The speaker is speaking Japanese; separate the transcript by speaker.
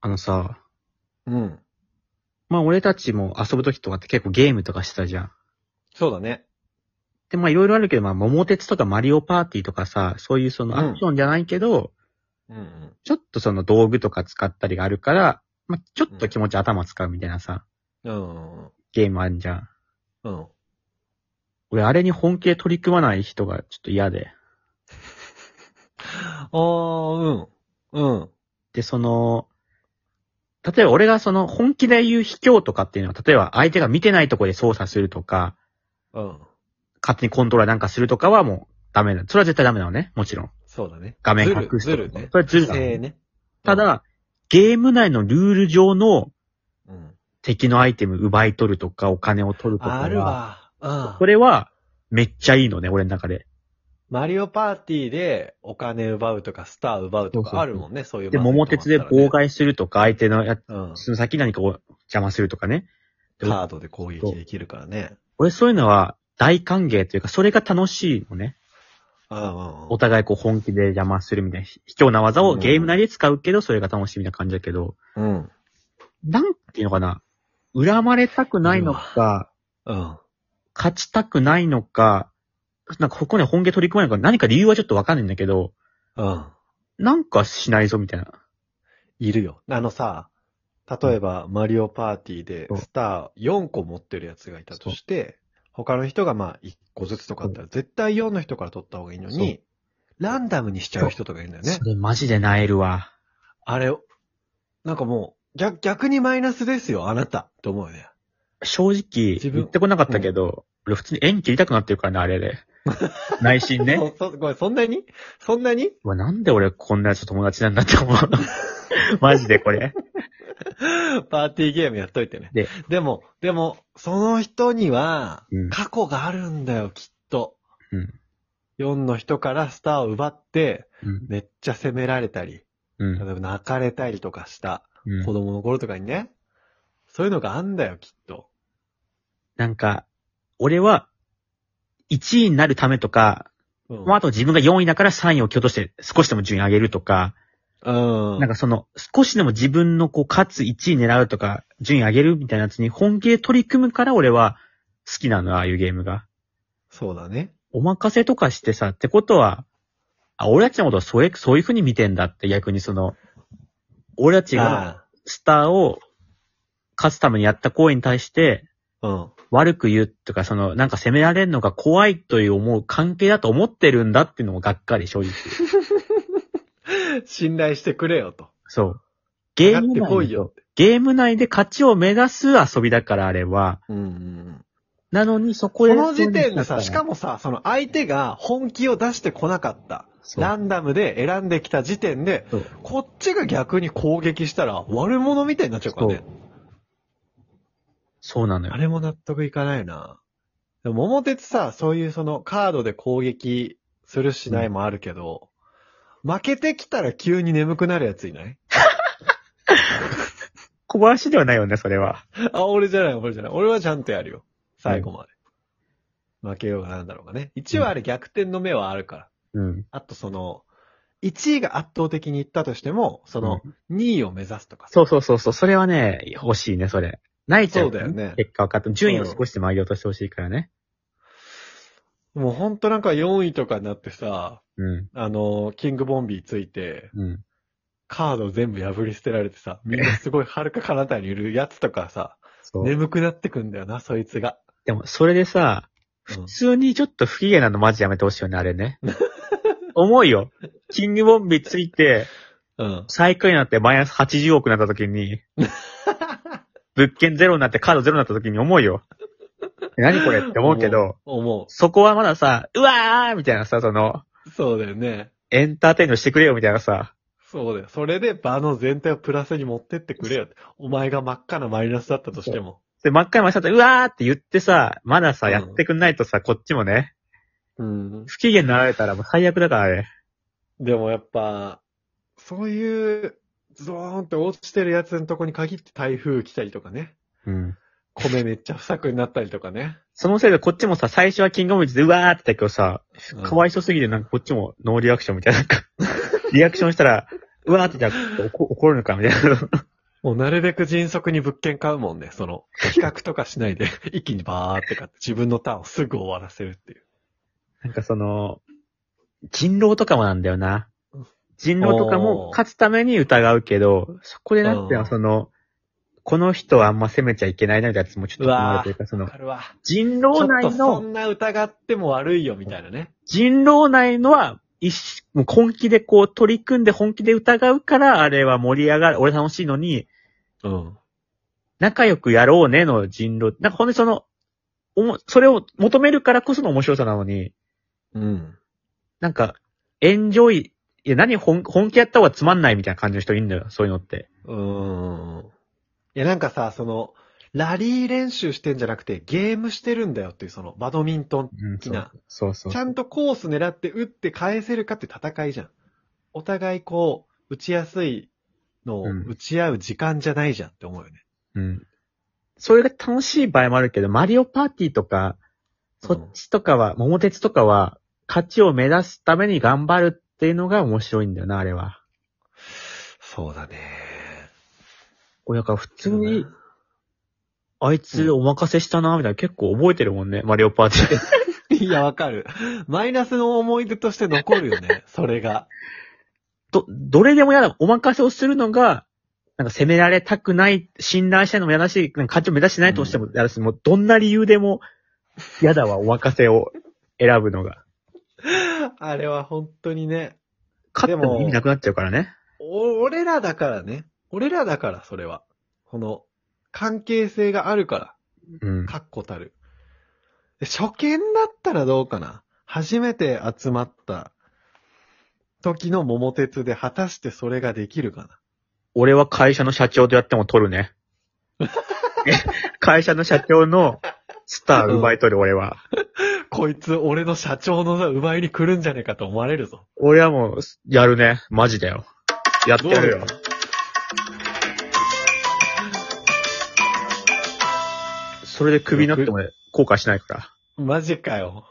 Speaker 1: あのさ、
Speaker 2: うん。
Speaker 1: まあ俺たちも遊ぶ時とかって結構ゲームとかしてたじゃん。
Speaker 2: そうだね。
Speaker 1: で、まあいろいろあるけど、まあ桃鉄とかマリオパーティーとかさ、そういうその
Speaker 2: うん
Speaker 1: アクションじゃないけど、
Speaker 2: うんうん。
Speaker 1: ちょっとその道具とか使ったりがあるから、まあちょっと気持ち頭使うみたいなさ、
Speaker 2: うん。
Speaker 1: ゲームあるじゃん。
Speaker 2: うん。
Speaker 1: 俺あれに本気で取り組まない人がちょっと嫌で。
Speaker 2: ああ、うん。うん。
Speaker 1: で、その、例えば俺がその本気で言う卑怯とかっていうのは、例えば相手が見てないところで操作するとか、
Speaker 2: うん。
Speaker 1: 勝手にコントローラーなんかするとかはもうダメだ。それは絶対ダメなのね、もちろん。
Speaker 2: そうだね。
Speaker 1: 画面隠す
Speaker 2: ずるずるね
Speaker 1: それはずるだ
Speaker 2: ええね。
Speaker 1: ただ、ゲーム内のルール上の
Speaker 2: うん、うん。
Speaker 1: 敵のアイテム奪い取るとか、お金を取るとか
Speaker 2: ある
Speaker 1: は、
Speaker 2: わ。うん。
Speaker 1: これはめっちゃいいのね、俺の中で。
Speaker 2: マリオパーティーでお金奪うとか、スター奪う
Speaker 1: そ
Speaker 2: と
Speaker 1: うそうそう
Speaker 2: かあるもんね、そういう
Speaker 1: で、
Speaker 2: 場面
Speaker 1: 桃鉄で
Speaker 2: とかあったらね
Speaker 1: 妨。害するとか、相手のや
Speaker 2: うん。
Speaker 1: つの先に何かを邪魔するとかね。で
Speaker 2: カードで攻撃できるからね。
Speaker 1: 俺そういうのは大歓迎というか、それが楽しいのね。
Speaker 2: うんうんう
Speaker 1: お
Speaker 2: ん。
Speaker 1: 互いこう本気で邪魔するみたいな、ひ卑怯な技をゲーム内で使うけど、それが楽しみな感じだけど、
Speaker 2: うん。
Speaker 1: なんていうのかな。恨まれたくないのか、
Speaker 2: うん。
Speaker 1: 勝ちたくないのか、なんかここに本気で取り組まないのか、何か理由はちょっとわかんないんだけど、
Speaker 2: うん。
Speaker 1: なんかしないぞみたいな。
Speaker 2: いるよ。あのさ、例えば、マリオパーティーで
Speaker 1: そう
Speaker 2: スター4個持ってるやつがいたとして、他の人がまあ1個ずつとかあったら、絶対4の人から取った方がいいのに、ランダムにしちゃう人とかいるんだよね
Speaker 1: そ。れマジでなえるわ。
Speaker 2: あれ、なんかもう、逆、逆にマイナスですよ、あなた。と思うよね。
Speaker 1: 正直、
Speaker 2: 自分
Speaker 1: 言ってこなかったけど、俺普通に縁切りたくなってるからね、あれ で。内心ね。
Speaker 2: そ、そ、ごめん、そんなにそんなに
Speaker 1: うわなんで俺こんなやつと友達なんだって思う。 マジでこれ。
Speaker 2: パーティーゲームやっといてね。
Speaker 1: で
Speaker 2: でも、でも、その人には
Speaker 1: うん、
Speaker 2: 過去があるんだよ、きっと。
Speaker 1: うん
Speaker 2: 4の人からスターを奪って、
Speaker 1: うん。
Speaker 2: めっちゃ責められたり、
Speaker 1: う
Speaker 2: 例え
Speaker 1: ん。
Speaker 2: ば泣かれたりとかした、
Speaker 1: うん
Speaker 2: 子供の頃とかにね、そういうのがあんだよ、きっと。
Speaker 1: なんか、俺は、1位になるためとか、
Speaker 2: うん
Speaker 1: まあ、あと自分が4位だから3位を蹴落として少しでも順位上げるとか、
Speaker 2: うん。
Speaker 1: なんかその、少しでも自分のこう、勝つ1位狙うとか、順位上げるみたいなやつに本気で取り組むから俺は好きなの、ああいうゲームが。
Speaker 2: そうだね。
Speaker 1: お任せとかしてさ、ってことは、あ、俺たちのことをそういう、そういう風に見てんだって逆にその、俺たちが
Speaker 2: あ
Speaker 1: スターを勝つためにやった行為に対して、
Speaker 2: あうん。
Speaker 1: 悪く言うとか、その、なんか責められるのが怖いという思う関係だと思ってるんだっていうのもがっかり、正直。
Speaker 2: 信頼してくれよと。
Speaker 1: そう。ゲーム
Speaker 2: 上がってこ
Speaker 1: 内
Speaker 2: い
Speaker 1: で
Speaker 2: よって。
Speaker 1: ゲーム内で勝ちを目指す遊びだから、あれは。
Speaker 2: うんうんうん。
Speaker 1: なのに、そこ
Speaker 2: こ
Speaker 1: へ。
Speaker 2: の時点でさ、しか
Speaker 1: も。
Speaker 2: もさ、その相手が本気を出してこなかった。
Speaker 1: そう
Speaker 2: ランダムで選んできた時点で
Speaker 1: そう、
Speaker 2: こっちが逆に攻撃したら悪者みたいになっちゃうからね。
Speaker 1: そうなのよ
Speaker 2: あ。れも納得いかないな。でも桃鉄さ、そういうそのカードで攻撃するしないもあるけど、負けてきたら急に眠くなるやついない
Speaker 1: 小林ではないよね、それは。
Speaker 2: あ、俺じゃない、俺じゃない。俺はちゃんとやるよ。最後まで。負けようがなんだろうがね。一応あれ逆転の目はあるから。
Speaker 1: うん。
Speaker 2: あとその、1位が圧倒的にいったとしても、その2位を目指すとかさ。
Speaker 1: そうそうそうそう、それはね、欲しいね、それ。泣いちゃう、
Speaker 2: そうだよね
Speaker 1: 結果分かった。順位を少しでも上げようとしてほしいからね。
Speaker 2: もうほんとなんか4位とかになってさ、
Speaker 1: うん。
Speaker 2: あの、キングボンビーついて、
Speaker 1: うん。
Speaker 2: カード全部破り捨てられて さ、みんなすごい遥か彼方にいるやつとかさ、
Speaker 1: そう。
Speaker 2: 眠くなってくんだよな、そいつが。
Speaker 1: でも、それでさ、
Speaker 2: うん
Speaker 1: 普通にちょっと不機嫌なのマジやめてほしいよね、あれね。思うよ。キングボンビーついて、
Speaker 2: うん。
Speaker 1: 最下位になってマイナス80億になった時に、 物件ゼロになってカードゼロになった時に思うよ。何これって思うけど、
Speaker 2: 思
Speaker 1: そこはまださ、うわーみたいなさ、その、
Speaker 2: う。そうだよね。
Speaker 1: エンターテインメントしてくれよみたいなさ、
Speaker 2: そうだよ。それで場の全体をプラスに持ってってくれよ。お前が真っ赤なマイナスだったとしても。
Speaker 1: で、真っ赤に真っ赤にうわーって言ってさ、まださ、
Speaker 2: うん
Speaker 1: やってくんないとさ、こっちもね、
Speaker 2: うん。
Speaker 1: 不機嫌になられたらもう最悪だからね。
Speaker 2: でもやっぱ、そういう、ゾーンって落ちてるやつのとこに限って台風来たりとかね。
Speaker 1: うん。
Speaker 2: 米めっちゃ不作になったりとかね。
Speaker 1: そのせいでこっちもさ、最初はキングオブジでうわーって言ったけどさ、
Speaker 2: うん
Speaker 1: かわいそうすぎてなんかこっちもノーリアクションみたいな、なんか、リアクションしたら、うわーってじゃあ怒怒るのかみたいな。
Speaker 2: もうなるべく迅速に物件買うもんね。その、比較とかしないで、 一気にバーって買って、自分のターンをすぐ終わらせるっていう。
Speaker 1: なんかその、人狼とかもなんだよな。人狼とかも
Speaker 2: おー
Speaker 1: 勝つために疑うけど、そこでなって
Speaker 2: うん
Speaker 1: はその、この人はあんま責めちゃいけないなみたいなやつもちょっと
Speaker 2: うわー
Speaker 1: 困るというか、その
Speaker 2: わ、かるわ。
Speaker 1: 人
Speaker 2: ちょ
Speaker 1: 狼
Speaker 2: っと
Speaker 1: 内
Speaker 2: そ
Speaker 1: の、
Speaker 2: んな疑っても悪いよ、みたいなね。
Speaker 1: 人狼内のは、一しもう本気でこう取り組んで本気で疑うから、あれは盛り上がる、俺楽しいのに、
Speaker 2: うん。
Speaker 1: 仲良くやろうねの人狼。なんかほんとにその、おも、それを求めるからこその面白さなのに、
Speaker 2: うん。
Speaker 1: なんか、エンジョイ、いや何本本気やった方がつまんないみたいな感じの人いるんだよ、そういうのって。
Speaker 2: うーん。いや、なんかさ、その、ラリー練習してんじゃなくて、ゲームしてるんだよっていう、その、バドミントン。
Speaker 1: うん、
Speaker 2: きな
Speaker 1: そうそう
Speaker 2: ち
Speaker 1: そ
Speaker 2: ゃ
Speaker 1: う。
Speaker 2: んとコース狙って打って返せるかって戦いじゃん。お互いこう、打ちやすいのを
Speaker 1: うん
Speaker 2: 打ち合う時間じゃないじゃんって思うよね。
Speaker 1: うん。それが楽しい場合もあるけど、マリオパーティーとか、そっちとかは、桃鉄とかは、勝ちを目指すために頑張るっていうのが面白いんだよな、あれは。
Speaker 2: そうだね。
Speaker 1: これだから普通に、あいつお任せしたな、みたいな結構覚えてるもんね、マリオパーティー。
Speaker 2: いや、わかる。マイナスの思い出として残るよ ね、それが。
Speaker 1: ど、どれでも嫌だ、お任せをするのが、なんか責められたくない、信頼したいのも嫌だし、なんか勝ちを目指してないとしても嫌だし、もうどんな理由でも嫌だわ、お任せを選ぶのが。
Speaker 2: あれは本当にね、
Speaker 1: 勝って
Speaker 2: で
Speaker 1: も
Speaker 2: も
Speaker 1: 意味なくなっちゃうからね。
Speaker 2: お俺らだからね。俺らだから、それは。この、関係性があるから。
Speaker 1: うん。
Speaker 2: 確固たる。で初見だったらどうかな初めて集まった時の桃鉄で果たしてそれができるかな
Speaker 1: 俺は会社の社長とやっても取る ね。会社の社長のスター奪い取る、俺は。
Speaker 2: こいつ、俺の社長の奪いに来るんじゃねえかと思われるぞ。
Speaker 1: 俺はもう、やるね。マジだよ。やってやるよ。それで首になっても後悔しないから。
Speaker 2: マジかよ。